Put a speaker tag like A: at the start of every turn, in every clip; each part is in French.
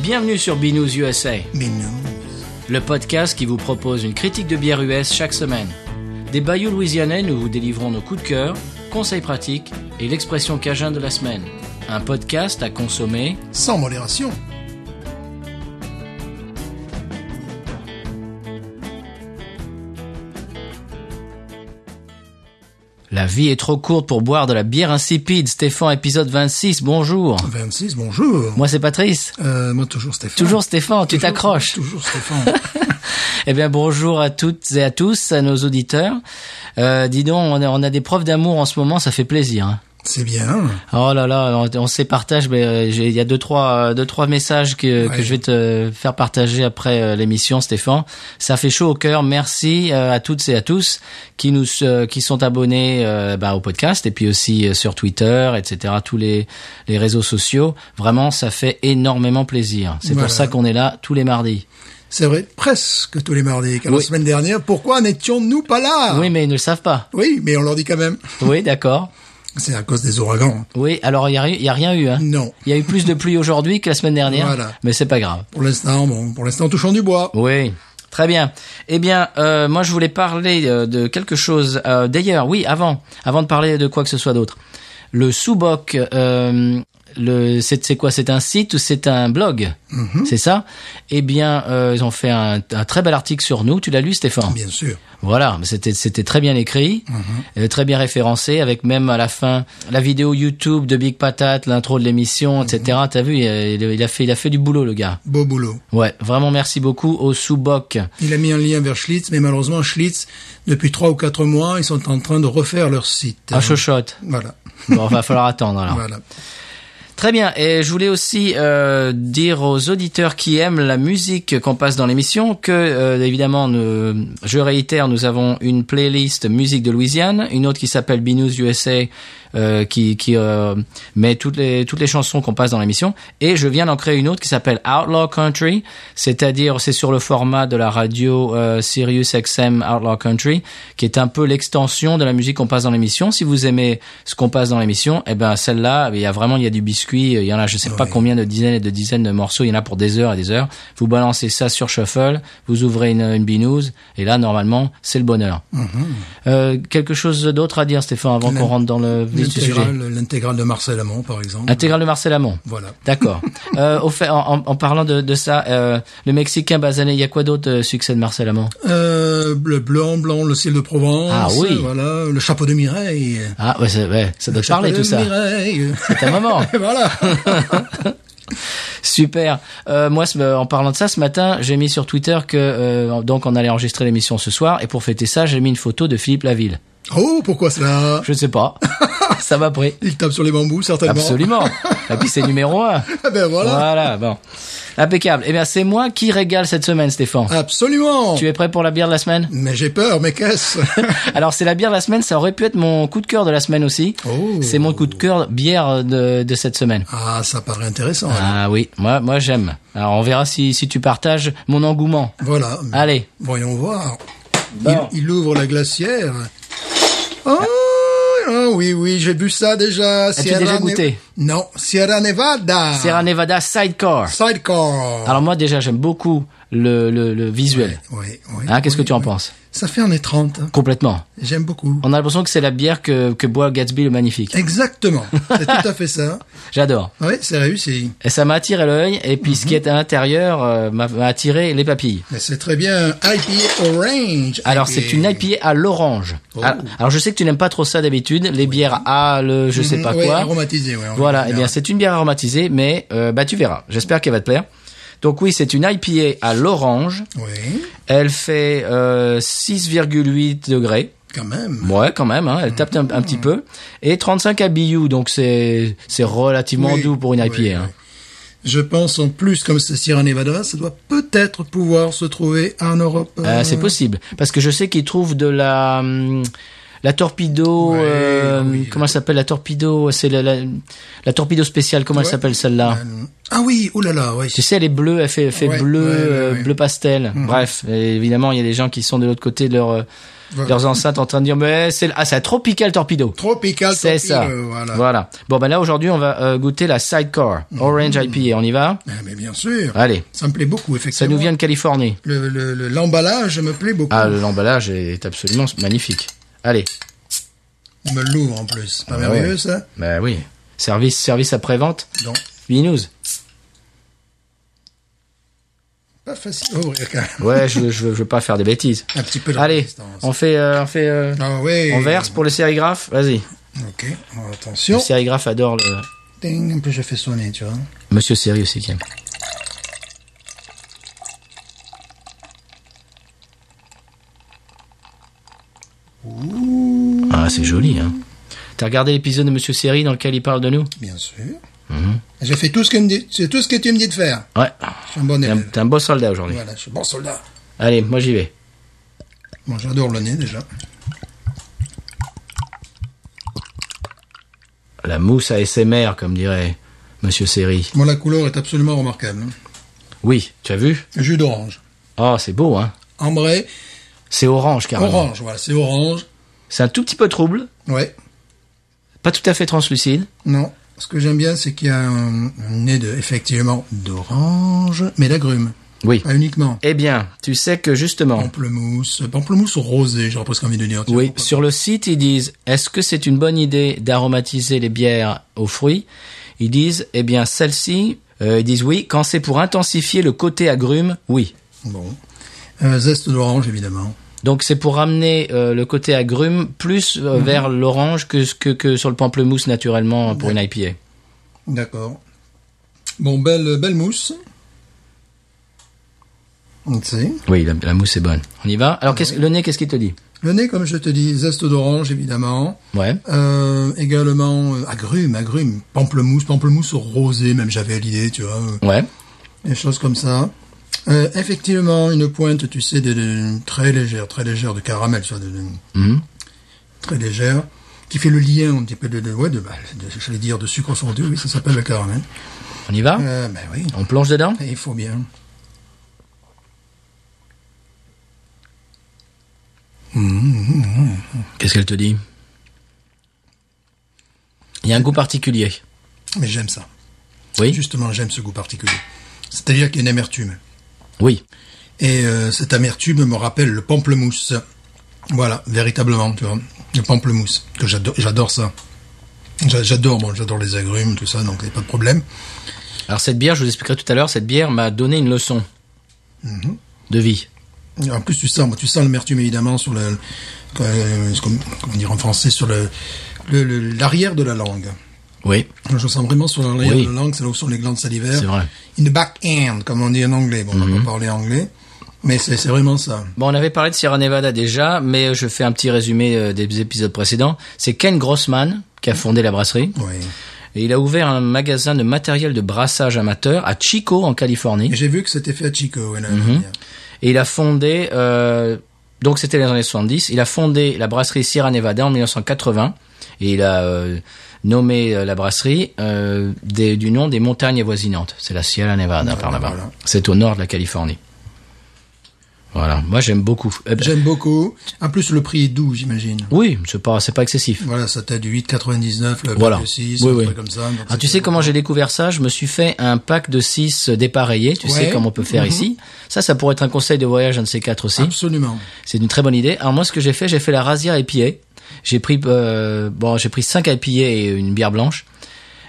A: Bienvenue sur Binous USA,
B: Mais non.
A: le podcast qui vous propose une critique de bière US chaque semaine. Des bayous louisianais, nous vous délivrons nos coups de cœur, conseils pratiques et l'expression cajun de la semaine. Un podcast à consommer.
B: Sans modération.
A: La vie est trop courte pour boire de la bière insipide. Stéphane, épisode 26, bonjour.
B: 26, bonjour.
A: Moi, c'est Patrice.
B: Euh, moi, toujours Stéphane.
A: Toujours Stéphane, tu
B: Toujours-
A: t'accroches.
B: Toujours Stéphane.
A: Eh bien, bonjour à toutes et à tous, à nos auditeurs. Euh, dis donc, on a, on a des preuves d'amour en ce moment, ça fait plaisir. hein.
B: C'est bien.
A: Oh là là, on, on se les partage, mais euh, j'ai- il y a deux trois, euh, deux, trois messages que, que
B: Ouais.
A: je vais te faire partager après euh, l'émission, Stéphane. Ça fait chaud au cœur. Merci euh, à toutes et à tous qui nous euh, qui sont abonnés euh, bah, au podcast et puis aussi euh, sur Twitter, etc. Tous les les réseaux sociaux. Vraiment, ça fait énormément plaisir. C'est
B: Voilà.
A: pour ça qu'on est là tous les mardis.
B: C'est vrai, presque tous les mardis. Car
A: Oui.
B: la semaine dernière, pourquoi n'étions-nous pas là
A: Oui, mais ils ne le savent pas.
B: Oui, mais on leur dit quand même.
A: Oui, d'accord.
B: C'est à cause des ouragans.
A: Oui, alors il y a, ri- il y a rien eu. Hein.
B: Non.
A: Il y a eu plus de pluie aujourd'hui que la semaine dernière,
B: Voilà.
A: mais c'est pas grave.
B: Pour l'instant, bon, pour l'instant, touchons du bois.
A: Oui. Très bien. Eh bien, euh, moi, je voulais parler euh, de quelque chose. euh, D'ailleurs, oui, avant, avant de parler de quoi que ce soit d'autre, le Souboc, euh, le, c'est c'est quoi C'est un site ou c'est un blog C'est ça Eh bien, euh, ils ont fait un, un très bel article sur nous. Tu l'as lu, Stéphane
B: Bien sûr.
A: Voilà, mais c'était c'était très bien écrit, euh, très bien référencé, avec même à la fin la vidéo YouTube de Big Patate, l'intro de l'émission, etc. T'as vu, il a- il a fait il a fait du boulot, le gars.
B: Beau boulot.
A: Ouais, vraiment merci beaucoup au Souboc.
B: Il a mis un lien vers Schlitz, mais malheureusement, Schlitz, depuis trois ou quatre mois, ils sont en train de refaire leur site.
A: À chochotte.
B: Voilà.
A: Bon, va falloir attendre alors.
B: Voilà.
A: Très bien. Et je voulais aussi euh, dire aux auditeurs qui aiment la musique qu'on passe dans l'émission que, euh, évidemment, nous- je réitère, nous avons une playlist musique de Louisiane, une autre qui s'appelle Binous USA, euh, qui, qui euh, met toutes les toutes les chansons qu'on passe dans l'émission. Et je viens d'en créer une autre qui s'appelle Outlaw Country, c'est-à-dire c'est sur le format de la radio euh, Sirius XM Outlaw Country, qui est un peu l'extension de la musique qu'on passe dans l'émission. Si vous aimez ce qu'on passe dans l'émission, eh ben celle-là, il y a vraiment il y a du biscuit, euh, il y en a je sais pas
B: Ouais.
A: combien de dizaines et de dizaines de morceaux, il y en a pour des heures et des heures. Vous balancez ça sur shuffle, vous ouvrez une, une binouze et là normalement c'est le bonheur. Euh, quelque chose d'autre à dire Stéphane avant
B: L'in-
A: qu'on rentre dans le vif du sujet.
B: L'intégrale l'intégrale de Marcel Amont, par exemple.
A: Intégrale de Marcel Amont.
B: Voilà.
A: D'accord. euh, au fait, en, en- en parlant de, de ça, euh, le Mexicain basané, il y a quoi d'autre euh, succès de Marcel Amont
B: Euh, le blanc, blanc, le ciel de Provence.
A: Ah oui.
B: Voilà, le chapeau de Mireille.
A: Ah ouais, ça, ouais, ça doit
B: Le
A: te parler
B: chapeau
A: tout
B: de
A: ça.
B: Mireille.
A: Ta maman.
B: Et voilà.
A: Super. Euh, moi, ce- en parlant de ça, ce matin, j'ai mis sur Twitter que euh, donc on allait enregistrer l'émission ce soir et pour fêter ça, j'ai mis une photo de Philippe Laville.
B: Oh, pourquoi cela
A: Je ne sais pas. ça m'a pris.
B: Il tape sur les bambous, certainement.
A: Absolument. Et puis c'est numéro un.
B: Ah ben voilà.
A: Voilà. Bon. Impeccable. Eh bien, c'est moi qui régale cette semaine,
B: Ah
A: Stéphane.
B: Absolument.
A: Tu es prêt pour la bière de la semaine
B: Mais j'ai peur, mais qu'est-ce
A: Alors c'est la bière de la semaine, ça aurait pu être mon coup de cœur de la semaine aussi.
B: Oh.
A: C'est mon coup de cœur bière de, de cette semaine.
B: Ah, ça paraît intéressant.
A: Ah oui, moi moi j'aime. Alors on verra si, si tu partages mon engouement.
B: Voilà.
A: Ah. Allez.
B: Voyons voir.
A: Bon.
B: Il, il ouvre la glacière. Oh, ah oui, oui, j'ai vu ça déjà. As-tu
A: déjà goûté
B: Non, Sierra Nevada.
A: Sierra Nevada Sidecar.
B: Sidecar.
A: Alors moi déjà j'aime beaucoup le, le, le visuel.
B: oui, oui,
A: Hein, Qu'est-ce
B: oui,
A: que tu en
B: oui.
A: penses
B: Ça fait un étrante. hein.
A: Complètement.
B: J'aime beaucoup.
A: On a l'impression que c'est la bière que, que boit Gatsby le magnifique.
B: Exactement. C'est tout à fait ça.
A: J'adore.
B: Oui, c'est réussi.
A: Et ça m'a attiré l'œil et puis
B: Mhm.
A: ce qui est à l'intérieur euh, m'a m'a attiré les papilles.
B: Mais c'est très bien. IPA Orange.
A: Alors
B: IPA.
A: c'est une IPA à l'orange.
B: Oh.
A: Alors, alors, je sais que tu n'aimes pas trop ça d'habitude, les bières à le je sais
B: Mhm,
A: pas
B: oui,
A: quoi.
B: aromatisée, oui.
A: Voilà, eh bien
B: Ah,
A: c'est une bière aromatisée, mais euh, bah tu verras. J'espère qu'elle va te plaire. Donc oui, c'est une IPA à l'orange.
B: Oui,
A: Elle fait euh, 6,8 degrés.
B: quand même.
A: Ouais, quand même. Hein, elle tape un, un petit
B: Mhm.
A: peu. Et 35 à BU, donc c'est c'est relativement
B: Oui,
A: doux pour une IPA.
B: oui,
A: hein.
B: oui. Je pense en plus, comme c'est Sierra Nevada, ça doit peut-être pouvoir se trouver en Europe.
A: Euh, c'est possible parce que je sais qu'ils trouvent de la hum, la torpedo
B: Ouais,
A: euh,
B: oui.
A: comment elle s'appelle la torpedo c'est la, la la torpedo spéciale comment elle
B: Ouais.
A: s'appelle celle-là
B: Euh, Ah oui, oulala, oui.
A: tu sais elle est bleue elle fait elle fait
B: Ouais,
A: bleu
B: ouais, Mhm. ouais,
A: euh,
B: ouais.
A: bleu pastel bref et évidemment il y a des gens qui sont de l'autre côté de leur euh, Voilà. Leurs enceintes en train de dire mais c'est ah c'est la tropical torpedo.
B: Tropical
A: C'est
B: torpedo,
A: ça.
B: euh, voilà. Mhm.
A: Voilà. Bon ben là aujourd'hui on va euh, goûter la sidecar orange IPA. On y va
B: Ah, mais bien sûr.
A: Allez.
B: Ça me plaît beaucoup,
A: Ça
B: effectivement.
A: nous vient de Californie.
B: Le- le- le- L'emballage me plaît beaucoup.
A: Ah l'emballage est absolument magnifique. Allez.
B: On me l'ouvre en plus. Pas
A: Ah,
B: merveilleux,
A: ouais.
B: ça
A: Ben oui. Service service après vente.
B: Non.
A: Binous.
B: Pas facile à ouvrir, quand même.
A: Ouais je, je veux- je veux pas faire des bêtises.
B: Un petit peu de
A: Allez.
B: résistance.
A: On fait euh, on fait euh,
B: Ah ouais.
A: on verse pour le sérigraphe. Vas-y.
B: Ok, Alors,
A: Le
B: attention.
A: sérigraphe adore le
B: Ding, en plus je fais sonner, tu vois.
A: Monsieur Série aussi qui aime. Ah, c'est joli, hein. T'as regardé l'épisode de Monsieur Série dans lequel il parle de nous
B: Bien sûr.
A: Mhm.
B: Je fais tout ce que me dit- c'est tout ce que tu me dis de faire.
A: Ouais.
B: Je suis un bon
A: T'es un,
B: élève.
A: t'es un beau soldat aujourd'hui.
B: Voilà, je suis bon soldat.
A: Allez, moi j'y vais.
B: Bon, j'adore le nez déjà.
A: La mousse ASMR, comme dirait Monsieur Série.
B: Bon, la couleur est absolument remarquable. hein.
A: Oui, tu as vu
B: Jus d'orange.
A: Oh, c'est beau, hein.
B: Ambré,
A: C'est orange, carrément.
B: orange, voilà, c'est orange.
A: C'est un tout petit peu trouble,
B: Ouais,
A: pas tout à fait translucide.
B: non. Ce que j'aime bien, c'est qu'il y a un, un nez de, effectivement, d'orange, mais d'agrumes.
A: Oui.
B: Pas uniquement.
A: Eh bien, tu sais que justement,
B: Pamplemousse, pamplemousse rosé, j'aurais presque envie de dire. tiens,
A: Oui,
B: pourquoi
A: sur le site, ils disent est-ce que c'est une bonne idée d'aromatiser les bières aux fruits Ils disent eh bien, celle-ci, euh, ils disent oui, quand c'est pour intensifier le côté agrume, oui.
B: pas. Bon. Euh, zeste d'orange, évidemment.
A: Donc c'est pour ramener euh, le côté agrume plus euh, vers l'orange que, ce que que sur le pamplemousse naturellement pour une IPA.
B: D'accord. Bon, belle, belle mousse. Ok.
A: Oui, la, la mousse est bonne. On y va Alors qu'est-ce que- le nez, qu'est-ce qu'il te dit
B: Le nez, comme je te dis, zeste d'orange, évidemment.
A: Ouais.
B: Euh, également, euh, agrumes, agrumes. Pamplemousse, pamplemousse rosé, même j'avais l'idée, tu vois. euh,
A: Ouais.
B: Des choses comme ça. Euh, effectivement, une pointe, tu sais, de, de- très légère, très légère de caramel, soit de, de-
A: Mhm.
B: très légère, qui fait le lien un petit peu de, de, ouais, de, bah, de- j'allais dire de sucre fondu, oui, ça s'appelle le caramel.
A: On y va
B: Euh, ben oui,
A: On plonge dedans
B: il faut bien.
A: Qu'est-ce qu'elle te dit Il y a un goût particulier.
B: Mais j'aime ça.
A: Oui.
B: Justement, j'aime ce goût particulier. C'est-à-dire qu'il y a une amertume.
A: Oui.
B: Et euh, cette amertume me rappelle le pamplemousse. Voilà, véritablement, tu vois. Le pamplemousse, que j'adore, j'adore ça. J'a- J'adore, bon, j'adore les agrumes, tout ça, donc il n'y a pas de problème.
A: Alors cette bière, je vous expliquerai tout à l'heure, cette bière m'a donné une leçon de vie.
B: En plus, tu sens, moi, tu sens l'amertume, évidemment, sur le, euh, comme- comment dire en français, sur le, le- le- l'arrière de la langue.
A: Oui,
B: Je sens vraiment sur l'arrière
A: Oui.
B: de la langue, c'est là où sont les glandes salivaires.
A: c'est vrai. Mhm.
B: In the back end, comme on dit en anglais. Bon, on va pas parler anglais. Mais c'est, c'est vraiment ça.
A: Bon, on avait parlé de Sierra Nevada déjà, mais je fais un petit résumé euh, des épisodes précédents. C'est Ken Grossman qui a fondé la brasserie.
B: Oui.
A: Et il a ouvert un magasin de matériel de brassage amateur à Chico, en Californie.
B: Et j'ai vu que c'était fait à Chico, ouais,
A: Mhm.
B: l'année dernière.
A: Et il a fondé, euh, donc c'était les années 70, il a fondé la brasserie Sierra Nevada en 1980. Et il a euh, nommé euh, la brasserie euh, des- du nom des montagnes avoisinantes. C'est la Sierra Nevada par là-bas.
B: voilà.
A: C'est au nord de la Californie. Voilà, moi j'aime beaucoup. Euh,
B: J'aime beaucoup. En plus, le prix est doux, j'imagine.
A: oui, c'est pas, c'est pas excessif.
B: Voilà, ça t'a du 8,99, le
A: Voilà.
B: pack de 6,
A: Oui,
B: un
A: oui.
B: truc comme ça. donc
A: Ah, tu
B: c'est-
A: sais comment j'ai découvert ça Je me suis fait un pack de 6 dépareillés, tu sais
B: Ouais.
A: comme on peut faire
B: Mhm.
A: ici. Ça, ça pourrait être un conseil de voyage, un de ces quatre aussi.
B: Absolument.
A: C'est une très bonne idée. Alors moi, ce que j'ai fait, j'ai fait la razzia IPA. J'ai pris euh, bon, j'ai pris cinq IPA et une bière blanche.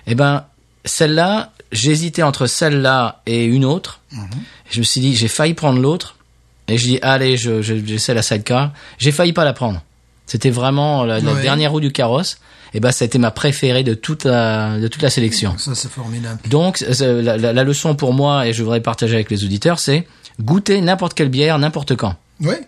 A: Eh ben, celle-là, j'hésitais entre celle-là et une autre. Je me suis dit, j'ai failli prendre l'autre, et je dis, allez, je, je, j'essaie la sidecar. J'ai failli pas la prendre. C'était vraiment la, la
B: Ouais.
A: dernière roue du carrosse. Eh ben, ça a été ma préférée de toute la, de toute la sélection.
B: Ça, c'est formidable.
A: Donc, euh, la, la- la leçon pour moi, et je voudrais partager avec les auditeurs, c'est goûter n'importe quelle bière, n'importe quand.
B: Ouais.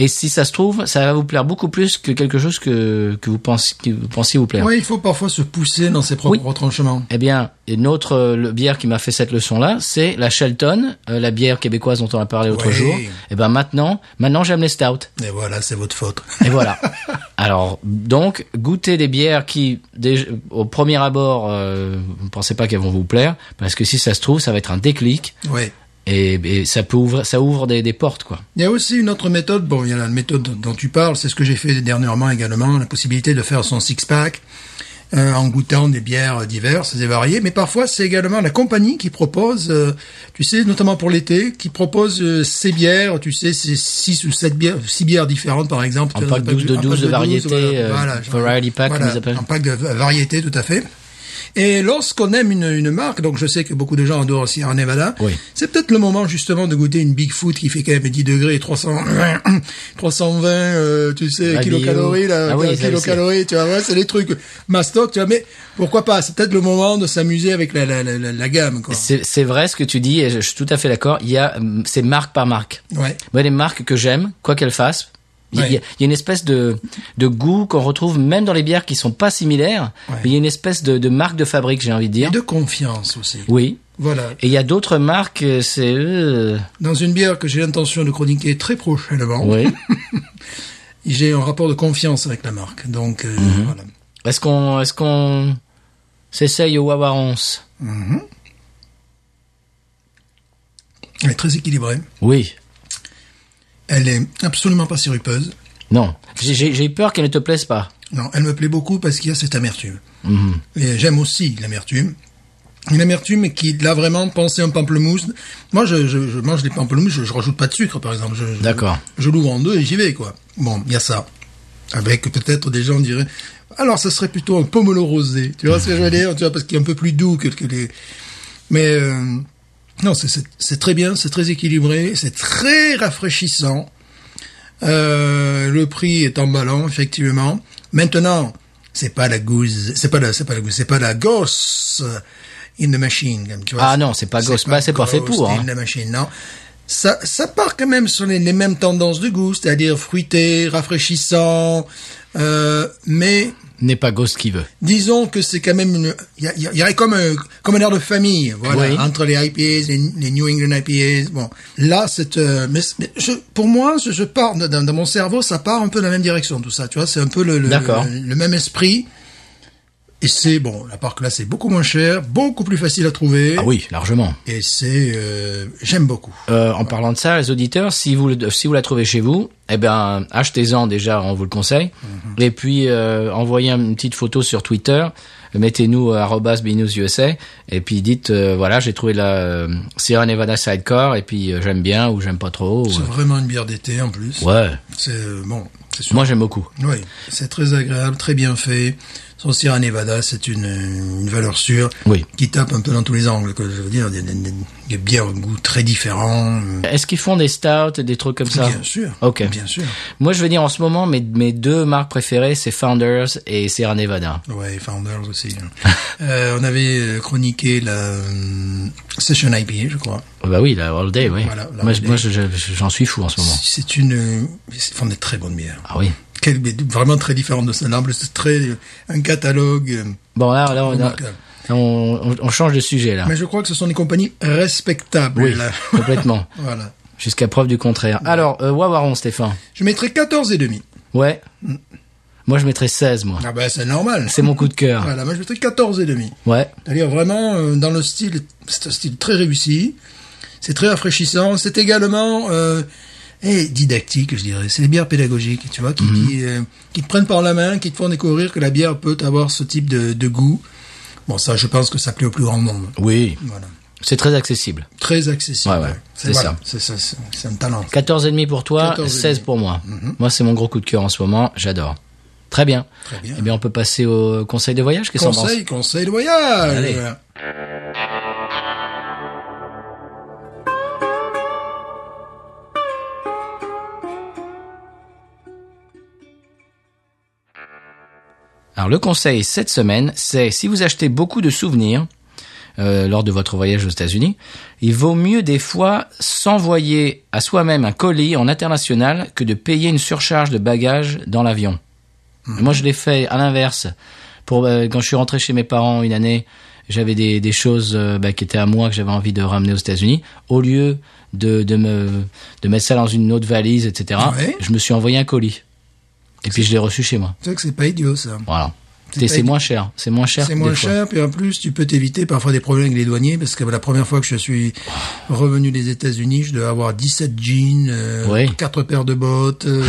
A: Et si ça se trouve, ça va vous plaire beaucoup plus que quelque chose que, que, vous, pensez, que vous pensiez vous plaire.
B: Ouais, il faut parfois se pousser dans ses propres
A: Oui.
B: retranchements.
A: Eh bien, une autre euh, le- bière qui m'a fait cette leçon-là, c'est la Shelton, euh, la bière québécoise dont on a parlé l'autre
B: Ouais.
A: jour. Eh ben maintenant, maintenant j'aime les stouts.
B: Et voilà, c'est votre faute.
A: Et voilà. Alors, donc, goûtez des bières qui, déjà, au premier abord, euh, vous ne pensez pas qu'elles vont vous plaire, parce que si ça se trouve, ça va être un déclic,
B: Ouais.
A: Et, et ça peut ouvrir, ça ouvre des, des portes, quoi.
B: Il y a aussi une autre méthode. Bon, il y a la méthode dont tu parles. C'est ce que j'ai fait dernièrement également. La possibilité de faire son six-pack. Euh, en goûtant des bières diverses et variées, mais parfois c'est également la compagnie qui propose, euh, tu sais, notamment pour l'été, qui propose euh, ces bières, tu sais, ces 6 ou 7 bières, 6 bières différentes par exemple.
A: Un pack, de, de 12 de variété, voilà, voilà, variety pack,
B: voilà,
A: appelle.
B: Un pack de variété, tout à fait. Et lorsqu'on aime une, une, marque, donc je sais que beaucoup de gens adorent aussi en Nevada,
A: oui.
B: c'est peut-être le moment justement de goûter une Bigfoot qui fait quand même 10 degrés, 300, 320, euh, tu sais,
A: La
B: kilocalories,
A: bio.
B: là, euh,
A: Ah oui, ça,
B: kilocalories, tu vois, ouais, c'est les trucs mastoc, tu vois, mais pourquoi pas, c'est peut-être le moment de s'amuser avec la, la, la, la- la gamme, quoi.
A: C'est c'est vrai ce que tu dis, et je, je suis tout à fait d'accord. Il y a, hum, c'est marque par marque.
B: Ouais.
A: Moi, Bah, les marques que j'aime, quoi qu'elles fassent, il y a-
B: Ouais.
A: il y, a- il y a une espèce de, de goût qu'on retrouve même dans les bières qui sont pas similaires.
B: Ouais.
A: Mais il y a une espèce de, de marque de fabrique, j'ai envie de
B: Et
A: dire.
B: de confiance aussi.
A: Oui.
B: Voilà.
A: Et il y a d'autres marques, euh, c'est... euh,
B: Dans une bière que j'ai l'intention de chroniquer très prochainement,
A: Oui.
B: j'ai un rapport de confiance avec la marque. Donc, euh,
A: Mhm.
B: voilà.
A: Est-ce qu'on est-ce qu'on s'essaye au Wawarons
B: Elle est très équilibrée.
A: Oui.
B: Elle est absolument pas sirupeuse.
A: Non. J'ai- J'ai j'ai peur qu'elle ne te plaise pas.
B: Non, elle me plaît beaucoup parce qu'il y a cette amertume. Et j'aime aussi l'amertume. Une amertume qui, là, vraiment, pensez un pamplemousse. Moi, je, je, je mange les pamplemousses, je, je rajoute pas de sucre, par exemple. Je- je-
A: D'accord.
B: Je l'ouvre en deux et j'y vais, quoi. Bon, il y a ça. Avec peut-être des gens diraient, alors ça serait plutôt un pomelo rosé. Tu vois ce que je veux dire Tu vois, parce qu'il est un peu plus doux que, que les... Mais euh, non, c'est- c'est c'est très bien, c'est très équilibré, c'est très rafraîchissant. Euh, le prix est emballant, effectivement. Maintenant, c'est pas la gouze, c'est pas la, c'est pas la gouze, c'est pas la gosse euh, in the machine. comme Tu vois,
A: Ah non, c'est pas gosse, bah, c'est pas fait
B: ghost
A: pour,
B: in
A: hein.
B: the machine, non. Ça, ça part quand même sur les, les mêmes tendances de goût, c'est-à-dire fruité, rafraîchissant, euh, mais
A: N'est pas Ghost qui veut.
B: disons que c'est quand même une, il y, a- il y a- il y aurait comme un, comme un air de famille, voilà,
A: Oui.
B: entre les IPAs, les, les New England IPAs, bon. Là, c'est, euh, mais, mais je, pour moi, je, je pars, dans, dans mon cerveau, ça part un peu dans la même direction, tout ça, tu vois, c'est un peu le, le,
A: D'accord.
B: le, le même esprit. Et c'est, bon, la part que là, c'est beaucoup moins cher, beaucoup plus facile à trouver.
A: Ah oui, largement.
B: Et c'est, euh, j'aime beaucoup.
A: Euh, en parlant de ça, les auditeurs, si vous le- si vous la trouvez chez vous, eh ben achetez-en déjà, on vous le conseille. Et puis euh, envoyez une petite photo sur Twitter, mettez-nous euh, arrobas @binoususa et puis dites euh, voilà j'ai trouvé la euh, Sierra Nevada Sidecar et puis euh, j'aime bien ou j'aime pas trop.
B: C'est
A: ou-
B: vraiment une bière d'été en plus.
A: Ouais,
B: C'est euh, bon, c'est sûr.
A: moi j'aime beaucoup.
B: Oui, c'est très agréable, très bien fait. Son Sierra Nevada, c'est une, une valeur sûre
A: Oui.
B: qui tape un peu dans tous les angles. Quoi, je veux dire, des, des- des- des bières au goût très différents. euh,
A: Est-ce qu'ils font des stouts et des trucs comme ça
B: Bien sûr.
A: Ok.
B: Bien sûr.
A: Moi, je vais dire en ce moment, mes, mes deux marques préférées, c'est Founders et Sierra Nevada.
B: Ouais, Founders aussi. Euh, on avait euh, chroniqué la euh, Session IPA, je crois.
A: Oh, Bah oui, la All Day, oui.
B: Voilà, la
A: moi,
B: All
A: je-
B: Day.
A: moi, je- je- j'en suis fou en ce moment.
B: C'est une, euh, ils font des très bonnes bières.
A: Ah oui.
B: Quelle- vraiment très différentes de celle-là. En plus, C'est très un catalogue. euh,
A: Bon, là, Oh, là, on, a-
B: remarquable.
A: on, on- on change de sujet, là.
B: Mais je crois que ce sont des compagnies respectables.
A: Oui,
B: là.
A: complètement.
B: voilà.
A: Jusqu'à preuve du contraire. Alors, euh, Wawaron, Stéphane.
B: Je mettrais 14 et demi.
A: Ouais.
B: Mm.
A: Moi, je mettrais 16, moi.
B: Ah bah c'est normal.
A: C'est mon coup de cœur.
B: Voilà, moi je mettrais 14 et demi.
A: Ouais.
B: C'est-à-dire vraiment euh, dans le style, c'est un style très réussi. C'est très rafraîchissant. C'est également euh, et didactique, je dirais. C'est les bières pédagogiques, tu vois, qui,
A: Mhm.
B: qui, euh, qui te prennent par la main, qui te font découvrir que la bière peut avoir ce type de, de goût. Bon, ça, je pense que ça plaît au plus grand nombre.
A: Oui.
B: Voilà.
A: C'est très accessible.
B: Très accessible.
A: Ouais, ouais, c'est
B: voilà,
A: ça.
B: C'est ça. C'est c'est un talent.
A: 14,5 pour toi,
B: 14,5.
A: 16 pour moi.
B: Mm-hmm.
A: Moi, c'est mon gros coup de cœur en ce moment. J'adore. Très bien.
B: Très bien.
A: Eh bien, on peut passer au conseil de voyage. Qu'est-ce qu'on pense
B: Conseil, conseil de voyage.
A: Allez. Alors le conseil cette semaine, c'est si vous achetez beaucoup de souvenirs euh, lors de votre voyage aux États-Unis, il vaut mieux des fois s'envoyer à soi-même un colis en international que de payer une surcharge de bagages dans l'avion. Moi, je l'ai fait à l'inverse. Pour euh, quand je suis rentré chez mes parents une année, j'avais des, des choses euh, bah, qui étaient à moi que j'avais envie de ramener aux États-Unis. Au lieu de, de me de mettre ça dans une autre valise, etc.,
B: Ouais.
A: je me suis envoyé un colis. Et puis je l'ai reçu chez moi.
B: C'est vrai que c'est pas idiot ça.
A: Voilà. C'est c'est moins cher. C'est moins cher.
B: C'est moins
A: des fois.
B: cher, puis en plus, tu peux t'éviter parfois des problèmes avec les douaniers, parce que la première fois que je suis revenu des États-Unis, je devais avoir 17 jeans, euh,
A: Oui.
B: 4 paires de bottes, euh,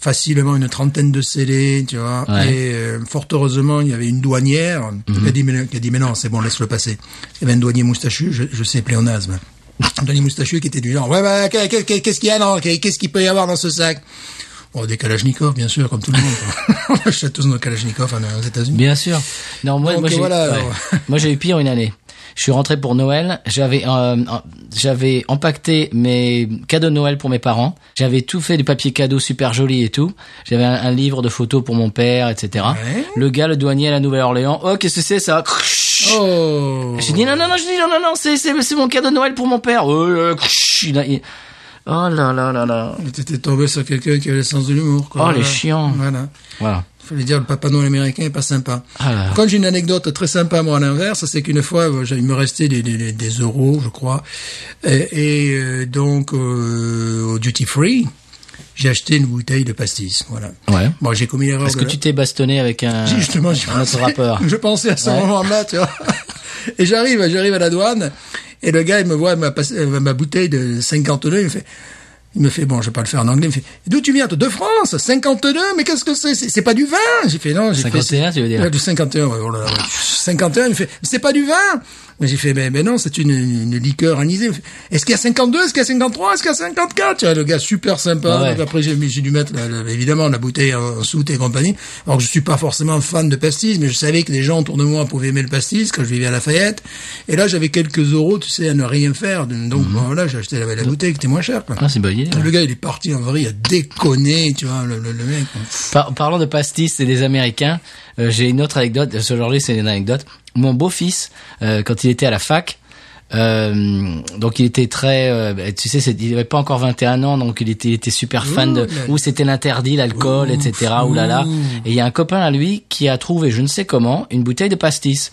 B: facilement une trentaine de scellés, tu vois.
A: Ouais. Mhm.
B: Et euh, fort heureusement, il y avait une douanière qui, a dit, mais, qui a dit, mais non, c'est bon, laisse-le passer. Il y avait un douanier moustachu, je, je sais, pléonasme. Un douanier moustachu qui était du genre, ouais, bah, qu'est- qu'est- qu'est-ce qu'il y a dans, qu'est-ce qu'il peut y avoir dans ce sac Bon, des Kalachnikov, bien sûr, comme tout le monde. quoi. On achète tous nos Kalachnikov aux États-Unis.
A: Bien sûr. Non, moi,
B: Donc,
A: moi, j'ai,
B: voilà,
A: ouais.
B: alors.
A: Moi, j'ai eu pire une année. Je suis rentré pour Noël. J'avais, euh, en- j'avais empaqueté mes cadeaux de Noël pour mes parents. J'avais tout fait du papier cadeau super joli et tout. J'avais un, un livre de photos pour mon père, etc.
B: Ouais.
A: Le gars, le douanier à la Nouvelle-Orléans. Oh, qu'est-ce que c'est ça
B: Oh
A: J'ai dit non, non, non, j'ai dit non, non, non, c'est, c'est, c'est mon cadeau de Noël pour mon père. Oh, euh, il a- il- oh là là là là.
B: T'étais tombé sur quelqu'un qui avait le sens de l'humour. quoi.
A: Oh, les
B: Voilà.
A: chiants.
B: Voilà.
A: Voilà.
B: Fallait dire le papa Noël américain est pas sympa.
A: Ah là là.
B: Quand j'ai une anecdote très sympa moi à l'inverse, c'est qu'une fois euh, j'ai- il me restait des, des, des- des euros, je crois, et, et, euh, donc euh, au duty free, j'ai acheté une bouteille de pastis. Voilà.
A: Ouais.
B: Bon, j'ai commis l'erreur.
A: Est-ce
B: de
A: que
B: la-
A: tu t'es bastonné avec un,
B: J'ai- Oh justement, j'ai
A: Euh, un autre
B: pensé-
A: rappeur
B: Je pensais à ce
A: Ouais.
B: moment-là, tu vois. Et j'arrive, j'arrive à la douane, et le gars, il me voit ma, passe- euh, ma bouteille de 52, il me fait, il me fait, bon, je vais pas le faire en anglais, il me fait, d'où tu viens, toi? De France? 52? Mais qu'est-ce que c'est? C'est c'est pas du vin! J'ai fait, non, j'ai fait-
A: 51, tu veux dire
B: Ouais, du 51, ouais, oh là là, ouais. 51, il me fait, mais c'est pas du vin! Mais j'ai fait, ben, ben non, c'est une, une liqueur anisée. Il me fait, Est-ce qu'il y a 52? Est-ce qu'il y a 53? Est-ce qu'il y a 54? Tu vois, le gars super sympa.
A: Ah Ouais.
B: Donc après, j'ai mis- j'ai dû mettre, la- la- évidemment, la bouteille en soute et compagnie. Alors que je suis pas forcément fan de pastis, mais je savais que les gens autour de moi pouvaient aimer le pastis quand je vivais à Lafayette. Et là, j'avais quelques euros, tu sais, à ne rien faire. Donc, bon, voilà, j'ai acheté la, la bouteille qui était moins chère, quoi.
A: Ah, c'est une bonne idée.
B: Le gars, il est parti en vrai, il a déconné, tu vois, le, le- le mec. quoi.
A: Par- parlant de pastis et des Américains, euh, j'ai une autre anecdote. Aujourd'hui, c'est une anecdote. Mon beau-fils, euh, quand il était à la fac, euh, donc il était très, euh, bah, tu sais, c'est- il n'avait pas encore 21 ans, donc il était, il était super fan
B: Ouh
A: de
B: là là.
A: où c'était l'interdit, l'alcool,
B: Ouh,
A: etc. Ouh là là. Et il y a un copain à lui qui a trouvé, je ne sais comment, une bouteille de pastis.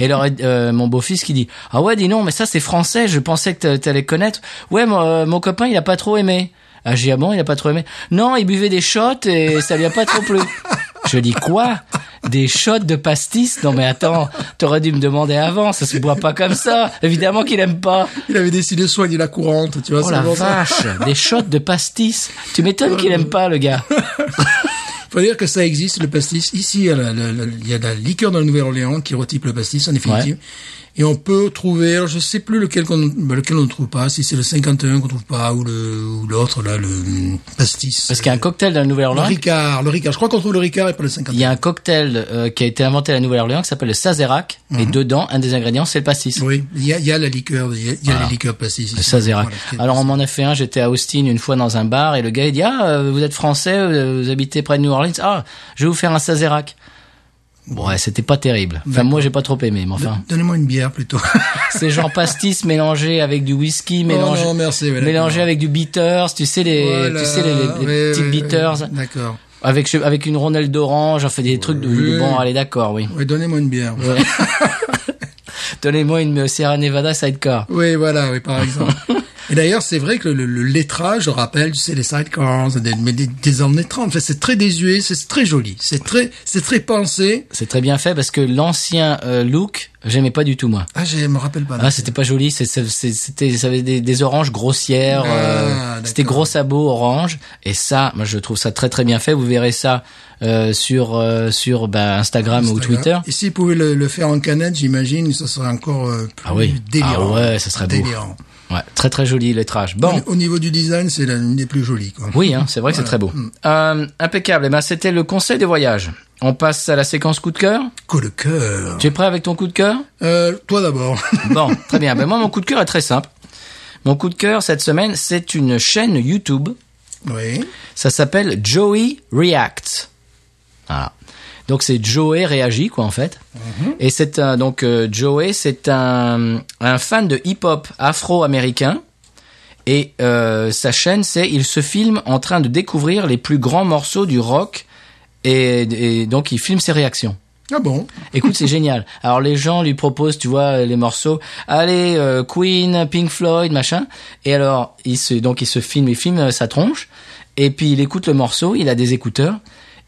A: Et alors euh, mon beau-fils qui dit ah ouais dis non mais ça c'est français je pensais que t'a- t'allais connaître ouais mon, euh, mon copain il a pas trop aimé ah j'ai dit, ah bon il a pas trop aimé non il buvait des shots et ça lui a pas trop plu je dis quoi des shots de pastis non mais attends t'aurais dû me demander avant ça se boit pas comme ça évidemment qu'il aime pas
B: Il avait décidé de soigner la courante, tu vois.
A: oh
B: c'est
A: la
B: bon, ça.
A: vache des shots de pastis tu m'étonnes qu'il aime pas le gars
B: faut dire que ça existe, le pastis. Ici, il y a la, la- la- il y a la liqueur dans la Nouvelle-Orléans qui retype le pastis, en définitive. Et on peut trouver, alors je sais plus lequel qu'on, bah, lequel on ne trouve pas, si c'est le 51 qu'on trouve pas, ou le, ou l'autre, là, le hum, pastis.
A: parce qu'il y a un cocktail dans la
B: Le
A: Nouvelle-Orléans
B: Ricard, le Ricard. Je crois qu'on trouve le Ricard et pas le
A: il
B: 51.
A: y a un cocktail euh, qui a été inventé à la Nouvelle-Orléans qui s'appelle le Sazerac et dedans un des ingrédients c'est le pastis
B: Oui, il y a, il y a la liqueur, il y a, il y a
A: Voilà.
B: la liqueur pastis. ici.
A: Le Sazerac.
B: Voilà, qui est-
A: Alors on m'en a fait un, j'étais à Austin une fois dans un bar et le gars il dit ah euh, vous êtes français, euh, vous habitez près de New Orleans, ah je vais vous faire un Sazerac. Bon ouais, c'était pas terrible. Enfin moi j'ai pas trop aimé, mais enfin
B: Donnez-moi une bière, plutôt.
A: c'est genre pastis mélangé avec du whisky, mélangé,
B: Oh non, merci, ouais,
A: mélangé
B: d'accord.
A: avec du bitters, tu sais les, tu sais les, les- les
B: Voilà,
A: petites
B: ouais, ouais,
A: bitters
B: ouais, D'accord.
A: avec che- avec une rondelle d'orange, enfin des trucs de,
B: Ouais.
A: bon allez d'accord oui.
B: Oui, donnez-moi une bière.
A: Ouais. Donnez-moi une Sierra Nevada sidecar.
B: Oui, voilà, oui, par exemple. Et d'ailleurs, c'est vrai que le, le lettrage, je rappelle, tu sais, les sidecars, des, mais des, des années 30, enfin, c'est très désuet, c'est très joli, c'est très, c'est très pensé.
A: C'est très bien fait parce que l'ancien euh, look, j'aimais pas du tout moi.
B: Ah, je me rappelle pas.
A: Ah, c'était pas joli, c'est- c'est- c'est- c'était ça avait des, des oranges grossières,
B: Ah,
A: euh,
B: d'accord.
A: c'était gros sabots orange et ça, moi je trouve ça très très bien fait. Vous verrez ça euh, sur euh, sur bah, Instagram, ou Twitter.
B: Et si vous pouvez le, le faire en canette, j'imagine, ça serait encore euh, plus
A: Ah oui.
B: délirant.
A: Ah ouais, ça serait beau.
B: Délirant.
A: Ouais, très très joli lettrage. Bon.
B: Au, au niveau du design, c'est la- l'une des plus jolies, quoi.
A: Oui, hein, c'est vrai que c'est très beau.
B: Mm.
A: Euh, impeccable. Et ben, c'était le conseil de voyage. On passe à la séquence coup de cœur.
B: Que le cœur.
A: Tu es prêt avec ton coup de cœur
B: Euh, toi d'abord.
A: Bon, très bien. Ben moi, mon coup de cœur est très simple. Mon coup de cœur cette semaine, c'est une chaîne YouTube.
B: oui.
A: Ça s'appelle Joey Reacts. Voilà. Donc c'est Joey réagit quoi en fait. Et c'est un donc euh, Joey, c'est un un fan de hip-hop afro-américain. Et euh, sa chaîne, c'est il se filme en train de découvrir les plus grands morceaux du rock et, et donc il filme ses réactions.
B: Ah bon.
A: Écoute, c'est génial. Alors les gens lui proposent, tu vois, les morceaux. Allez, euh, Queen, Pink Floyd, machin. Et alors, il se, donc il se filme, il filme euh, sa tronche. Et puis il écoute le morceau, il a des écouteurs.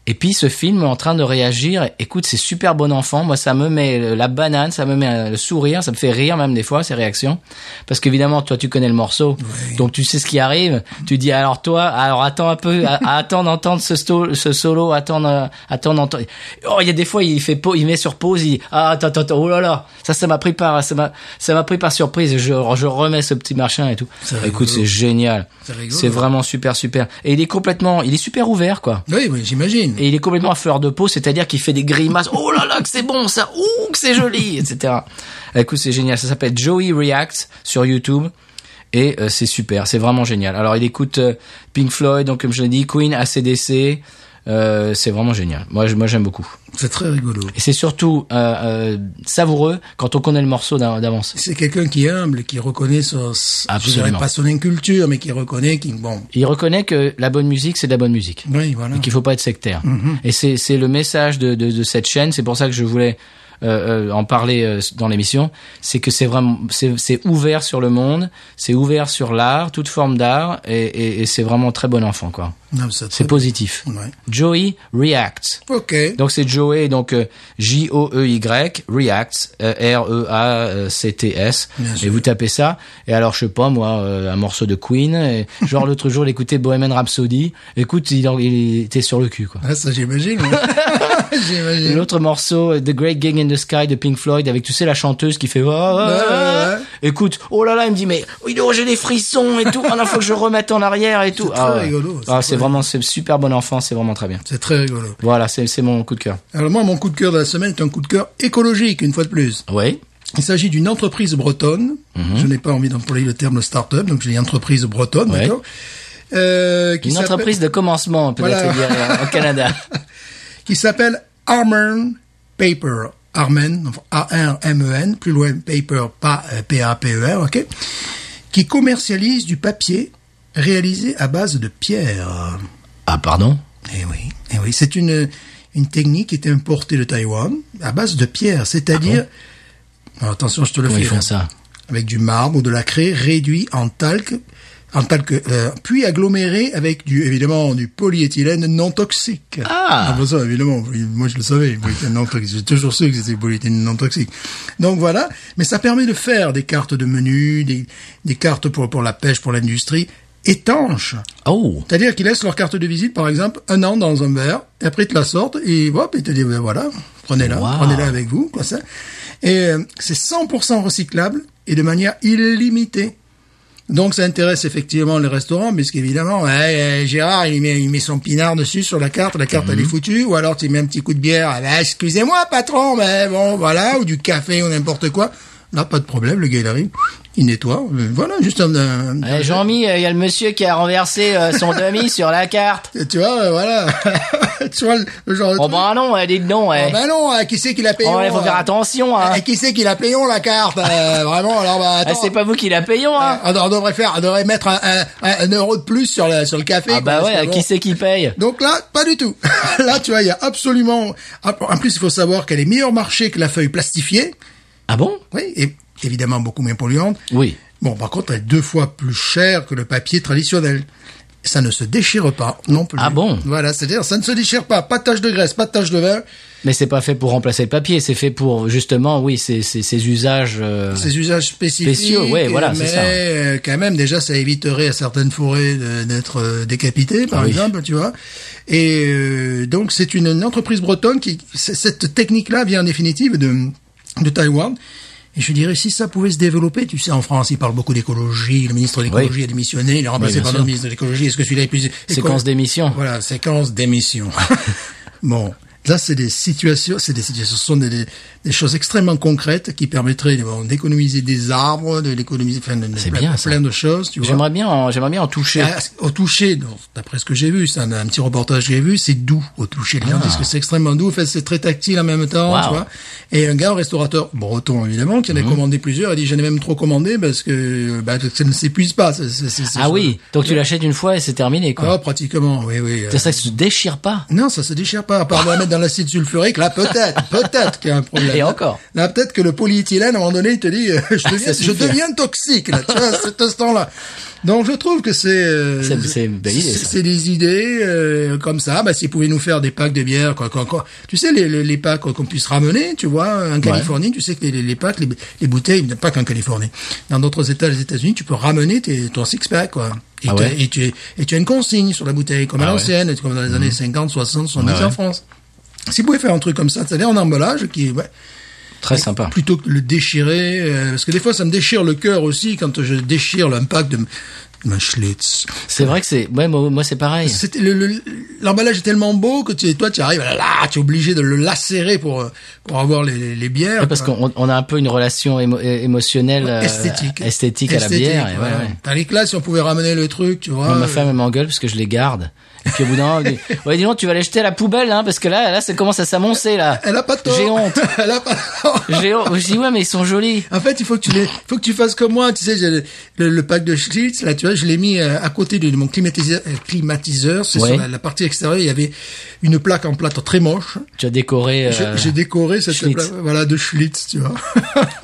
A: Et puis ce film en train de réagir, écoute, c'est super bon enfant. Moi, ça me met euh, la banane, ça me met euh, le sourire, ça me fait rire même des fois ces réactions, parce qu'évidemment, toi, tu connais le morceau,
B: Oui.
A: donc tu sais ce qui arrive. Tu dis alors toi, alors attends un peu, a- attends d'entendre ce, sto- ce solo, attends, euh, attends d'entendre. Oh, il y a des fois, il fait pau- il met sur pause, il ah attends, attends, attends, oh là là, ça, ça m'a pris par, ça m'a, ça m'a pris par surprise. Je, je remets ce petit machin et tout.
B: C'est
A: Écoute,
B: rigolo.
A: c'est génial.
B: C'est rigolo.
A: C'est vraiment super, super. Et il est complètement, il est super ouvert, quoi.
B: Oui, oui, j'imagine.
A: Et il est complètement à fleur de peau, c'est-à-dire qu'il fait des grimaces. Oh là là, que c'est bon ça, ouh, que c'est joli, etc. Écoute, c'est génial. Ça s'appelle Joey Reacts sur YouTube. Et euh, c'est super, c'est vraiment génial. Alors il écoute euh, Pink Floyd, donc comme je l'ai dit, Queen, ACDC. Euh, c'est vraiment génial. Moi, je- moi j'aime beaucoup.
B: C'est très rigolo.
A: Et c'est surtout euh, euh, savoureux quand on connaît le morceau d'a- d'avance.
B: C'est quelqu'un qui est humble, qui reconnaît son, je
A: Absolument.
B: dirais pas son inculture, mais qui reconnaît qu'il, bon,
A: Il reconnaît que la bonne musique, c'est de la bonne musique.
B: oui, voilà.
A: et qu'il faut pas être sectaire. Et c'est c'est le message de, de, de cette chaîne. C'est pour ça que je voulais euh, euh, en parler euh, dans l'émission. C'est que c'est vraiment c'est c'est ouvert sur le monde, c'est ouvert sur l'art, toute forme d'art, et, et, et c'est vraiment très bon enfant quoi.
B: Non, mais c'est
A: C'est
B: très-
A: positif.
B: Ouais.
A: Joey Reacts.
B: Ok.
A: Donc c'est Joey donc euh, J O E Y Reacts euh, R E A C T S
B: Bien
A: et
B: sûr.
A: vous tapez ça et alors je sais pas moi euh, un morceau de Queen et genre l'autre jour l'écouter Bohemian Rhapsody écoute il, en- il était sur le cul quoi.
B: Ah, ça, j'imagine. ouais. j'imagine.
A: L'autre morceau, euh, The Great Gang in the Sky de Pink Floyd, avec tu sais la chanteuse qui fait. Oh, oh, oh,
B: ouais, ouais.
A: Écoute, oh là là, il me dit mais oui, oh, j'ai des frissons et tout. Ah, non, faut que je remette en arrière et tout.
B: très
A: ah, ouais.
B: rigolo, c'est
A: Ah,
B: très
A: c'est vraiment c'est super bon enfant, c'est vraiment très bien.
B: C'est très rigolo.
A: Voilà, c'est c'est mon coup de cœur.
B: Alors moi, mon coup de cœur de la semaine est un coup de cœur écologique, une fois de plus.
A: Oui.
B: Il s'agit d'une entreprise bretonne.
A: Mhm.
B: Je n'ai pas envie d'employer le terme start-up, donc j'ai une entreprise bretonne,
A: Ouais.
B: d'accord euh, qui
A: Une
B: s'appelle-
A: entreprise de commencement peut-être
B: Voilà.
A: dire, euh, au Canada.
B: qui s'appelle Armen Paper. Armen, enfin, A-R-M-E-N, E plus loin Paper, pas euh, P-A-P-E-R, ok Qui commercialise du papier réalisé à base de pierre.
A: Ah pardon.
B: Eh oui, eh oui. C'est une, une technique qui est importée de Taïwan à base de pierre, c'est-à-dire... Alors, attention, je te le
A: Ah Comment
B: fais. hein.
A: ils font
B: là.
A: ça
B: Avec du marbre ou de la craie réduit en talc, en talc, euh, puis aggloméré avec du, évidemment, du polyéthylène non toxique.
A: Ah.
B: pour ça, évidemment. oui, Moi, je le savais. le polyéthylène non toxique. J'ai toujours su que c'était le polyéthylène non toxique. Donc voilà. Mais ça permet de faire des cartes de menu, des, des cartes pour, pour la pêche, pour l'industrie, étanches.
A: Oh.
B: C'est-à-dire qu'ils laissent leur carte de visite, par exemple, un an dans un verre, et après ils te la sortent, et hop, ils te disent, ben voilà, prenez-la,
A: Wow.
B: prenez-la avec vous, quoi ça. Et euh, c'est 100% recyclable, et de manière illimitée. Donc ça intéresse effectivement les restaurants, puisqu'évidemment, eh, eh, Gérard, il met, il met son pinard dessus sur la carte, la carte elle est foutue, ou alors tu mets un petit coup de bière, Ah ben, excusez-moi patron, mais bon voilà, ou du café ou n'importe quoi. Là, pas de problème, le gars il arrive, il nettoie, euh, voilà, juste un... un-
A: Eh, Jean-Mi, euh, il y a le monsieur qui a renversé euh, son demi sur la carte.
B: tu vois, euh, voilà, tu vois le- le genre de
A: Oh
B: truc.
A: bah non, elle dit non.
B: Ah
A: eh.
B: ben non, euh, qui c'est qui l'a payé euh,
A: Oh, il faut faire attention. Hein.
B: Qui c'est qui l'a payé la carte euh, Vraiment, alors bah
A: Ah,
B: Eh, attends.
A: c'est pas vous qui la payons, hein
B: Euh, on devrait faire, on devrait mettre un, un- un- un euro de plus sur le sur le café.
A: Ah
B: quoi,
A: bah
B: parce
A: ouais,
B: que
A: qui
B: bon.
A: c'est qui paye
B: Donc là, pas du tout. là, tu vois, il y a absolument. En plus, il faut savoir qu'elle est meilleure marché que la feuille plastifiée.
A: Ah bon
B: Oui, et évidemment beaucoup moins polluante.
A: Oui.
B: Bon, par contre, elle est deux fois plus chère que le papier traditionnel. Ça ne se déchire pas non plus.
A: Ah bon
B: Voilà, c'est-à-dire ça ne se déchire pas. Pas de tache de graisse, pas de tache de vin.
A: Mais c'est pas fait pour remplacer le papier, c'est fait pour justement, oui, ces, ces, ces usages. euh,
B: Ces usages spécifiques.
A: Spéciaux, ouais, voilà, c'est
B: mais
A: ça.
B: euh, quand même, déjà, ça éviterait à certaines forêts de- d'être euh, décapitées, par
A: Ah oui.
B: exemple, tu vois. Et euh, donc, c'est une, une entreprise bretonne qui c- cette technique-là vient en définitive de de Taïwan. Et je dirais, si ça pouvait se développer, tu sais, en France, ils parlent beaucoup d'écologie, le ministre de l'écologie a démissionné, il est remplacé
A: bien
B: par
A: sûr.
B: le ministre de l'écologie, est-ce que celui-là est plus...
A: Séquence d'émission.
B: Voilà, séquence d'émission. bon, là, c'est des situations, c'est des situations, ce sont des, des- des choses extrêmement concrètes qui permettraient bon, d'économiser des arbres, de l'économiser, enfin, de- de-
A: C'est
B: plein,
A: bien, ça.
B: plein de choses, tu vois.
A: J'aimerais bien, en- j'aimerais bien en toucher.
B: Ah, Au toucher, donc, d'après ce que j'ai vu, c'est un, un petit reportage que j'ai vu, c'est doux au toucher. Les gens
A: Ah.
B: disent que c'est extrêmement doux, en fait, c'est très tactile en même temps,
A: Wow.
B: tu vois. Et un gars, un restaurateur breton, évidemment, qui en a
A: Mhm.
B: commandé plusieurs, a dit, j'en ai même trop commandé parce que, bah, ça ne s'épuise pas. c'est- c'est- c'est- c'est-
A: Ah oui, donc tu l'achètes une fois et c'est terminé, quoi.
B: Ah, pratiquement, oui, oui. euh,
A: C'est ça, ça se déchire pas.
B: non, ça se déchire pas. À part de la mettre dans dans l'acide sulfurique, là peut-être, peut-être qu'il y a un problème.
A: Et encore.
B: Là peut-être que le polyéthylène, à un moment donné, il te dit, euh, je deviens, je
A: suffit.
B: deviens toxique, là, tu vois, à cet instant-là. Donc je trouve que c'est... euh,
A: C'est- c'est une belle idée,
B: c'est-
A: ça.
B: C'est des idées euh, comme ça. Bah, s'ils pouvaient nous faire des packs de bière, quoi, quoi, quoi. Tu sais, les, les, les packs qu'on puisse ramener, tu vois, hein, en Californie, tu sais que les, les, les packs, les, les bouteilles, pas qu'en Californie. Dans d'autres États des États-Unis, tu peux ramener tes, ton six-pack, quoi. Et,
A: Ah
B: t'as-
A: ouais
B: et tu, et tu as une consigne sur la bouteille, comme à
A: Ah ouais.
B: l'ancienne, comme dans les années 50, 60, 70
A: Ah ouais.
B: en France. Si vous pouvez faire un truc comme ça, c'est-à-dire en emballage, qui, ouais,
A: Très sympa.
B: plutôt que de le déchirer, euh, parce que des fois ça me déchire le cœur aussi quand je déchire le pack de m- ma Schlitz.
A: C'est vrai que c'est, ouais, moi, moi, c'est pareil.
B: C'était le- le- l'emballage est tellement beau que tu, toi tu arrives ah là, là tu es obligé de le lacérer pour euh, pour avoir les, les, les bières.
A: Ouais, Ah, parce qu'on on a un peu une relation émo- é- émotionnelle euh,
B: esthétique
A: esthétique à la
B: Esthétique,
A: bière. et ouais,
B: voilà.
A: ouais.
B: Tandis que là, si on pouvait ramener le truc, tu vois.
A: Moi, ma
B: euh,
A: femme elle m'engueule parce que je les garde. Et puis au bout d'un moment, elle dit, ouais, dis donc, tu vas les jeter à la poubelle, hein, parce que là, là, ça commence à s'amoncer, là.
B: elle a pas tort.
A: J'ai honte.
B: elle a pas tort.
A: J'ai honte. Je dis, ouais, mais ils sont jolis.
B: En fait, il faut que tu les, il faut que tu fasses comme moi. Tu sais, j'ai le, le- le pack de Schlitz, là, tu vois, je l'ai mis euh, à côté de mon climatiseur. euh, climatiseur c'est
A: Ouais.
B: sur la, la partie extérieure. Il y avait une plaque en plâtre très moche.
A: Tu as décoré.
B: J'ai-
A: euh,
B: J'ai décoré cette
A: Schlitz.
B: plaque, voilà, de Schlitz, tu vois.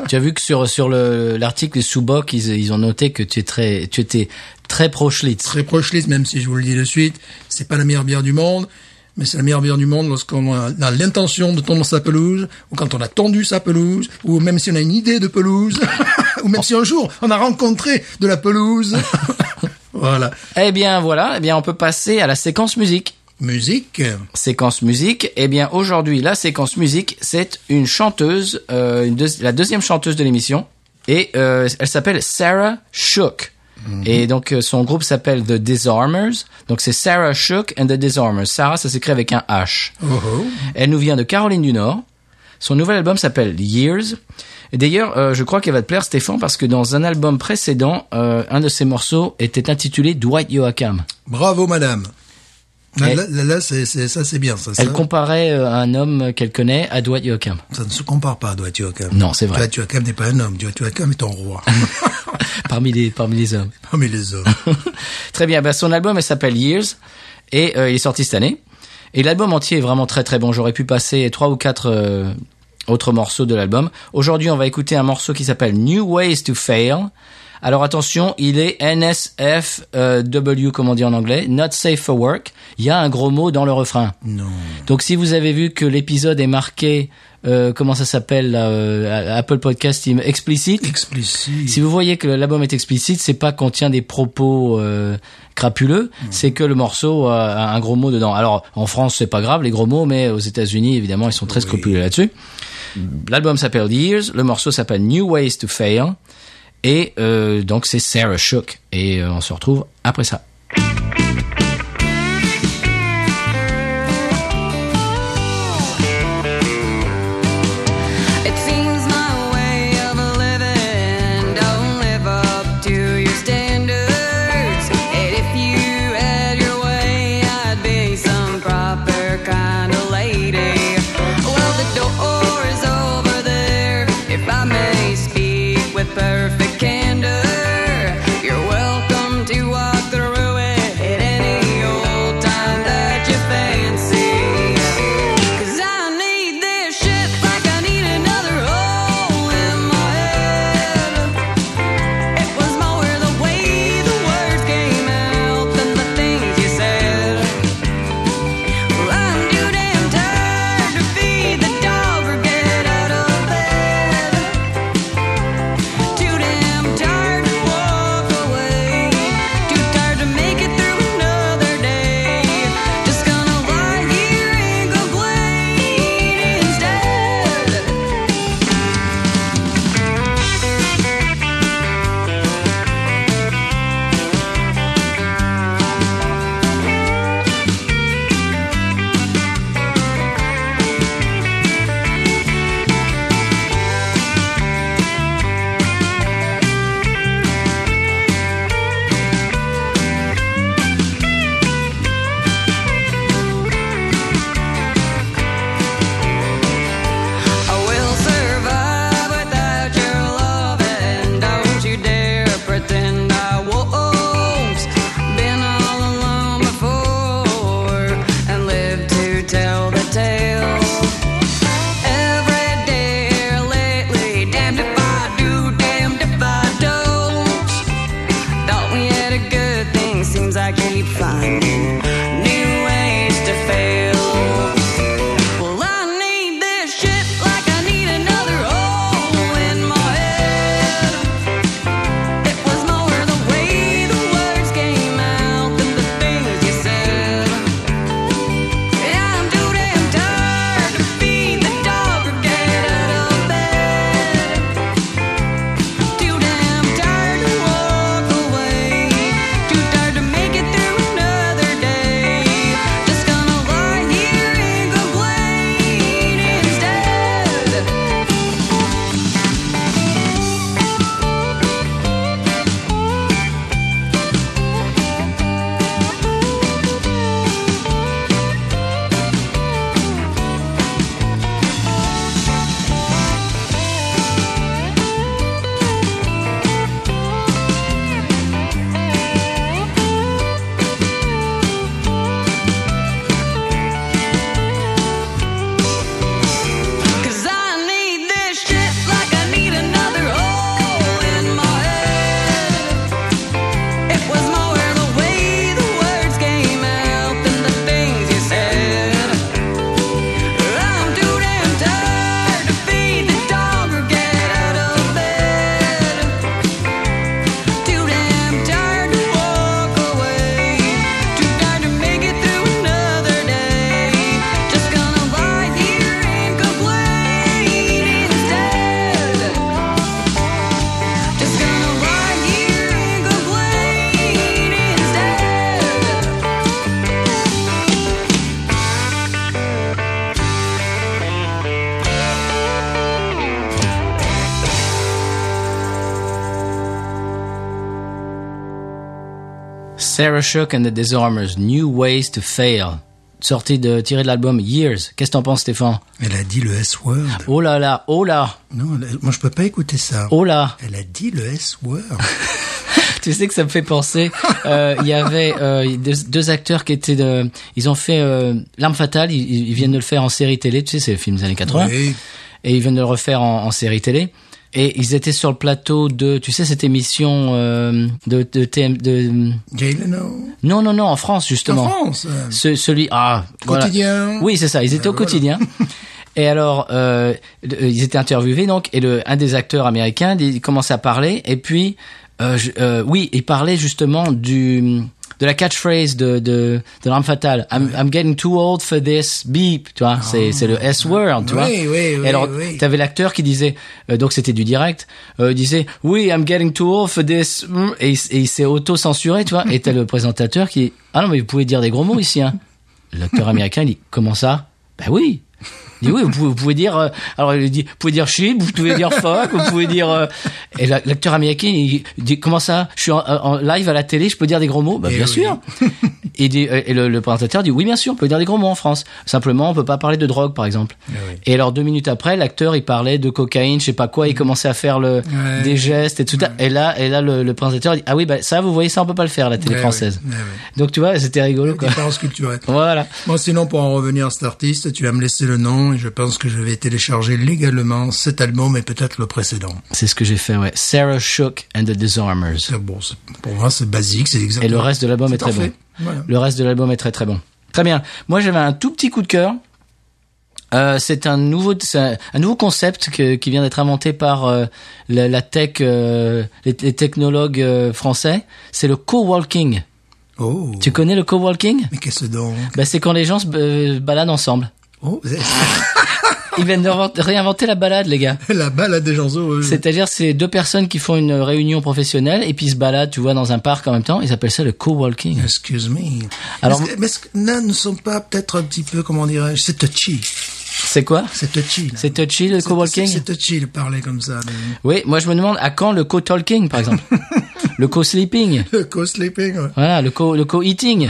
A: Tu as vu que sur sur le l'article sous boc ils, ils ont noté que tu es très tu étais très pro Schlitz.
B: très pro Schlitz, même si je vous le dis de suite, c'est pas la meilleure bière du monde. Mais c'est la meilleure bière du monde lorsqu'on a a l'intention de tondre sa pelouse, ou quand on a tendu sa pelouse, ou même si on a une idée de pelouse, ou même si un jour on a rencontré de la pelouse. voilà.
A: Eh bien voilà, eh bien on peut passer à la séquence musique.
B: Musique.
A: Séquence musique. Eh bien aujourd'hui la séquence musique c'est une chanteuse, euh, une deuxi- la deuxième chanteuse de l'émission et euh, elle s'appelle Sarah Shook. Et donc euh, son groupe s'appelle The Disarmers. Donc c'est Sarah Shook and the Disarmers. Sarah ça s'écrit avec un H.
B: Oh oh.
A: Elle nous vient de Caroline du Nord. Son nouvel album s'appelle Years. Et D'ailleurs, euh, je crois qu'elle va te plaire, Stéphane, parce que dans un album précédent, euh, un de ses morceaux était intitulé Dwight Yoakam.
B: Bravo madame. Là,
A: Elle-
B: là, là, là, c'est, c'est- ça c'est bien. Ça,
A: Elle
B: ça,
A: comparait euh, un homme qu'elle connaît à Dwight Yoakam.
B: ça ne se compare pas à Dwight Yoakam.
A: Non, c'est vrai.
B: Dwight Yoakam n'est pas un homme. Dwight Yoakam est un roi.
A: Parmi les, parmi les hommes.
B: Parmi les hommes.
A: très bien. Bah, son album, elle s'appelle Years. Et euh, il est sorti cette année. Et l'album entier est vraiment très très bon. J'aurais pu passer trois ou quatre euh, autres morceaux de l'album. Aujourd'hui, on va écouter un morceau qui s'appelle New Ways to Fail. Alors attention, il est NSFW, E comme on dit en anglais, Not Safe for Work. Il y a un gros mot dans le refrain.
B: Non.
A: Donc si vous avez vu que l'épisode est marqué, euh, comment ça s'appelle, là, euh, Apple Podcast explicite,
B: Explicite.
A: si vous voyez que l'album est explicite, c'est pas qu'on tient des propos euh, crapuleux, c'est que le morceau euh, a un gros mot dedans. Alors en France, c'est pas grave les gros mots, mais aux États-Unis, évidemment, ils sont très scrupuleux là-dessus. L'album s'appelle Years, le morceau s'appelle New Ways to Fail, et euh, donc c'est Sarah Shook, et euh, on se retrouve après ça.
C: It seems my way of living don't live up to your standards. And if you had your way, I'd be some proper kind of lady. Well, the door is over there. If I may speak with perfect candor, you're welcome to walk through.
A: Sarah Shook and the Disarmers, New Ways to Fail, sorti de tiré de l'album Years. Qu'est-ce que t'en penses, Stéphane
B: Elle a dit le S-word.
A: Oh là là, oh là,
B: Non, elle- moi je peux pas écouter ça.
A: oh là.
B: Elle a dit le S-word.
A: Tu sais que ça me fait penser. euh, Il y avait euh, deux, deux acteurs qui étaient de. Ils ont fait euh, L'arme fatale. Ils, ils viennent de le faire en série télé. Tu sais, c'est le film des années 80.
B: Oui.
A: Et ils viennent de le refaire en, en série télé. Et ils étaient sur le plateau de. Tu sais, cette émission euh, de, de TM. De...
B: Jay Leno.
A: Non, non, non, en France justement.
B: En France. euh,
A: Ce- celui ah voilà.
B: Quotidien.
A: Oui, c'est ça. Ils étaient
B: Euh,
A: au
B: voilà.
A: quotidien. Et alors, euh, le- euh, ils étaient interviewés donc, et le, un des acteurs américains il commençait à parler, et puis, euh, je- euh, oui, il parlait justement du de la catchphrase de de, de l'arme fatale. I'm, I'm getting too old for this beep, tu vois. c'est c'est le S word, tu
B: Ah. Oui,
A: vois.
B: oui, oui,
A: et alors,
B: oui.
A: t'avais l'acteur qui disait, euh, donc c'était du direct, euh, il disait, oui, I'm getting too old for this, mm, et, il s- et il s'est auto censuré, tu vois. Et t'as le présentateur qui, ah non mais vous pouvez dire des gros mots ici, hein. L'acteur américain il dit comment ça Ben oui. Il dit oui, vous pouvez, vous pouvez dire. euh, alors il dit, vous pouvez dire shit, vous pouvez dire fuck, vous pouvez dire. euh, et la- l'acteur américain il dit comment ça Je suis en, en live à la télé, je peux dire des gros mots Ben
B: Eh
A: bien
B: oui.
A: sûr. et dit- euh, et le, le présentateur dit oui bien sûr, on peut dire des gros mots en France. Simplement on peut pas parler de drogue par exemple.
B: Eh oui.
A: Et alors deux minutes après, l'acteur il parlait de cocaïne, je sais pas quoi, il commençait à faire le
B: Mm. Ouais.
A: des gestes et tout ça. Et là et là le, le présentateur dit ah oui ben ça vous voyez ça on peut pas le faire à la télé
B: Ouais,
A: française.
B: ouais, ouais, ouais.
A: Donc tu vois c'était rigolo quoi.
B: Différence culturelle.
A: Voilà.
B: Bon, sinon, pour en revenir à cet artiste, tu vas me laisser le nom et je pense que je vais télécharger légalement cet album et peut-être le précédent.
A: C'est ce que j'ai fait, ouais. Sarah Shook and the Disarmers.
B: C'est bon, c'est- pour moi, c'est basique, c'est
A: Et
B: exactement.
A: le reste de l'album est,
B: C'est
A: très
B: parfait.
A: bon.
B: Voilà.
A: Le reste de l'album est très très bon. Très bien. Moi j'avais un tout petit coup de cœur. Euh, c'est un nouveau c'est un, un nouveau concept que- qui vient d'être inventé par euh, la, la tech euh, les, les technologues euh, français. C'est le co-walking.
B: Oh.
A: Tu connais le co-walking
B: Mais qu'est-ce donc?
A: bah, c'est quand les gens se euh, baladent ensemble.
B: Oh,
A: Ils viennent de revent- réinventer la balade, les gars.
B: la balade des gens heureux.
A: C'est-à-dire, c'est deux personnes qui font une réunion professionnelle et puis ils se baladent, tu vois, dans un parc en même temps. Ils appellent ça le co-walking.
B: Excuse me.
A: Alors-
B: Alors, mais est-ce que là, ne sont pas peut-être un petit peu, comment dirais-je, c'est touchy.
A: C'est quoi
B: C'est touchy. là.
A: C'est touchy le
B: C'est-
A: co-walking
B: C'est c'est touchy de parler comme ça. le-
A: Oui, moi je me demande à quand le co-talking par exemple Le co-sleeping
B: Le co-sleeping. ouais.
A: Voilà, le co- le co-eating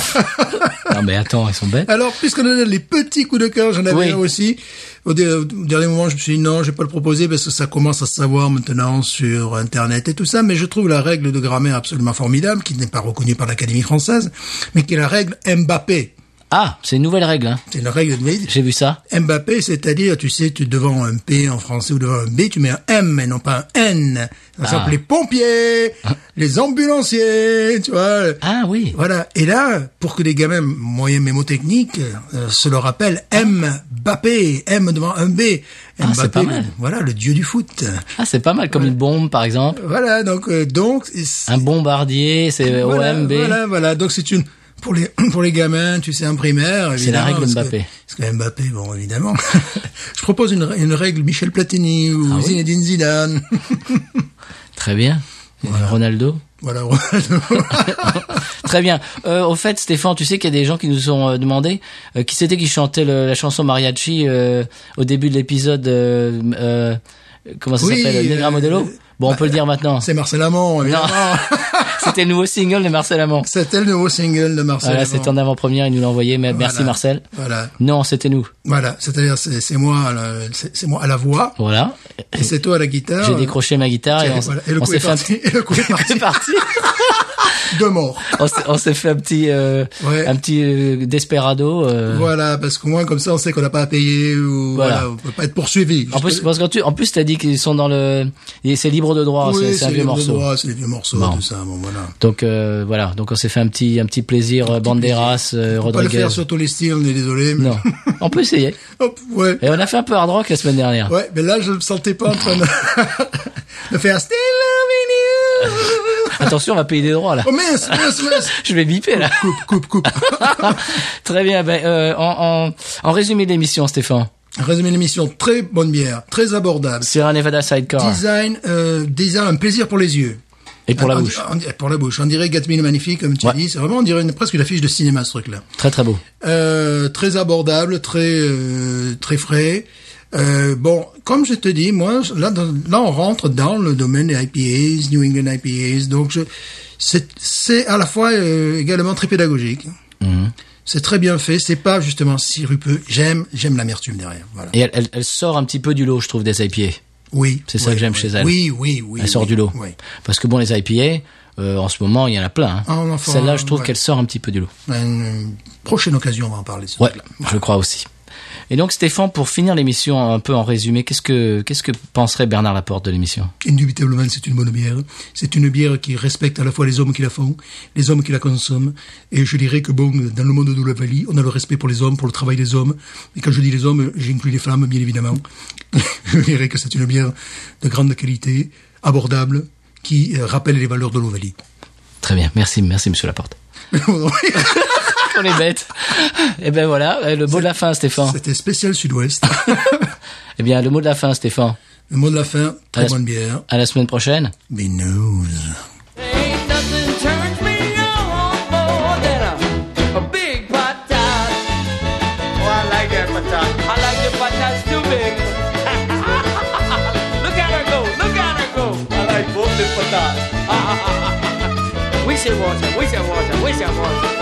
A: Non mais attends, ils sont bêtes.
B: Alors, puisqu'on a les petits coups de cœur, j'en avais
A: Oui.
B: un aussi. Au, dé- au dernier moment, je me suis dit non, je vais pas le proposer parce que ça commence à se savoir maintenant sur Internet et tout ça. Mais je trouve la règle de grammaire absolument formidable, qui n'est pas reconnue par l'Académie française, mais qui est la règle Mbappé.
A: Ah, c'est une nouvelle règle, hein.
B: C'est la règle de
A: j'ai vu ça.
B: Mbappé, c'est-à-dire, tu sais, tu devant un P en français ou devant un B, tu mets un M et non pas un N. Ça
A: Ah.
B: s'appelle les pompiers, les ambulanciers, tu vois.
A: Ah oui,
B: Voilà. Et là, pour que les gamins moyens mémotechniques euh, se le rappellent, M Mbappé, M devant un B.
A: Ah, c'est pas mal.
B: le- voilà, le dieu du foot.
A: ah, c'est pas mal comme une bombe par exemple.
B: Voilà, donc euh, donc c'est-
A: Un bombardier, c'est
B: voilà,
A: OMB.
B: Voilà, voilà. Donc c'est une pour les pour les gamins, tu sais, en primaire.
A: C'est la
B: évidemment,
A: règle
B: parce que-
A: Mbappé.
B: Parce que Mbappé, bon, évidemment. Je propose une, rè- une règle Michel Platini ou
A: Ah oui
B: Zinedine Zidane.
A: Très bien. Ronaldo.
B: voilà. Ronaldo.
A: Très bien. Euh, au fait, Stéphane, tu sais qu'il y a des gens qui nous ont euh, demandé euh, qui c'était qui chantait le- la chanson mariachi euh, au début de l'épisode. euh, euh, comment ça
B: Oui,
A: s'appelle Negra
B: euh,
A: Modelo. Bon, on peut le dire maintenant.
B: c'est Marcel Amand.
A: Non.
B: évidemment.
A: C'était le nouveau single de Marcel Amont.
B: C'était le nouveau single de Marcel.
A: Voilà,
B: Amand.
A: c'est en avant-première, il nous l'a envoyé. Mais merci
B: Voilà.
A: Marcel.
B: Voilà.
A: Non, c'était nous.
B: Voilà, c'est-à-dire c'est c'est moi, le- c'est c'est moi à la voix
A: Voilà.
B: et c'est toi à la guitare.
A: J'ai décroché ma guitare et
B: Tiens,
A: on,
B: voilà, et le
A: on
B: coup
A: s'est
B: est
A: fait un
B: parti.
A: petit.
B: Et le coup est parti.
A: C'est parti.
B: De mort.
A: on s'est- on s'est fait un petit, euh,
B: Ouais.
A: un petit euh, desperado. euh,
B: Voilà, parce qu'au moins comme ça on sait qu'on n'a pas à payer ou
A: Voilà.
B: voilà, on peut pas être poursuivi.
A: En plus,
B: Juste-
A: parce que tu, en plus, t'as dit qu'ils sont dans le, et c'est libre de droit,
B: oui,
A: oh, c'est- c'est un
B: les
A: vieux
B: vieux
A: morceau.
B: droits, C'est les vieux morceaux,
A: Bon.
B: tout ça. Bon voilà.
A: Donc euh, voilà, donc on s'est fait un petit, un petit plaisir, euh, Banderas, euh,
B: On va le
A: Rodriguez.
B: faire sur tous les styles, on est désolé. mais-
A: Non, on peut essayer.
B: Hop, ouais.
A: Et on a fait un peu hard rock la semaine dernière.
B: Ouais, mais là je me sentais pas en train de, de faire Still loving you.
A: Attention, on va payer des droits là.
B: Oh mince, mince, mince.
A: Je vais biper là.
B: Coupe, coupe, coupe.
A: Très bien. Ben, euh, en, en, en résumé de l'émission, Stéphane,
B: Résumé de l'émission, très bonne bière, très abordable.
A: Sierra Nevada Sidecar
B: Design, euh, design, un plaisir pour les yeux.
A: et pour la
B: On-
A: bouche,
B: on- pour la bouche. On dirait Gatmin le Magnifique, comme tu
A: Ouais.
B: dis. C'est vraiment, on dirait une, presque une affiche de cinéma, ce truc-là.
A: très très beau.
B: Euh, très abordable, très, euh, très frais. Euh, bon, comme je te dis, moi, je- là, dans- là, on rentre dans le domaine des IPAs, New England IPAs. Donc, je, C'est c'est à la fois euh, également très pédagogique.
A: Mhm.
B: C'est très bien fait. C'est pas justement si rupeux. J'aime j'aime l'amertume derrière. Voilà.
A: Et elle, elle- elle sort un petit peu du lot, je trouve, des IPA.
B: Oui.
A: C'est ça
B: oui,
A: que j'aime
B: oui.
A: chez elle.
B: Oui, oui, oui.
A: Elle sort
B: oui,
A: du lot.
B: Oui.
A: Parce que bon, les IPA, euh, en ce moment, il y en a plein. hein.
B: Ah, on en fera
A: Celle-là,
B: un,
A: je trouve
B: ouais.
A: qu'elle sort un petit peu du lot.
B: Une prochaine occasion, on va en parler. ce
A: Ouais,
B: truc-là.
A: je crois aussi. Et donc, Stéphane, pour finir l'émission un peu en résumé, qu'est-ce que qu'est-ce que penserait Bernard Laporte de l'émission
B: Indubitablement, c'est une bonne bière. C'est une bière qui respecte à la fois les hommes qui la font, les hommes qui la consomment. Et je dirais que bon, dans le monde de la vallée, on a le respect pour les hommes, pour le travail des hommes. Et quand je dis les hommes, j'inclus les femmes, bien évidemment. je dirais que c'est une bière de grande qualité, abordable, qui euh, rappelle les valeurs de l'Ovalie.
A: Très bien, merci, merci Monsieur Laporte. On est bête. Et ben voilà, euh, le mot de la fin, Stéphane.
B: C'était spécial Sud-Ouest.
A: Eh bien, le mot de la fin, Stéphane.
B: le mot de la fin,
A: À
B: très
A: la-
B: bonne bière.
A: À la semaine prochaine.
B: Mais news.
C: Ain't nothing turns me on more than a, a big pot tart. Oh, I like that patat. I like the patats too big. look at her go, look at her go. I like both the patats. we should watch her, we should watch her, we should watch her.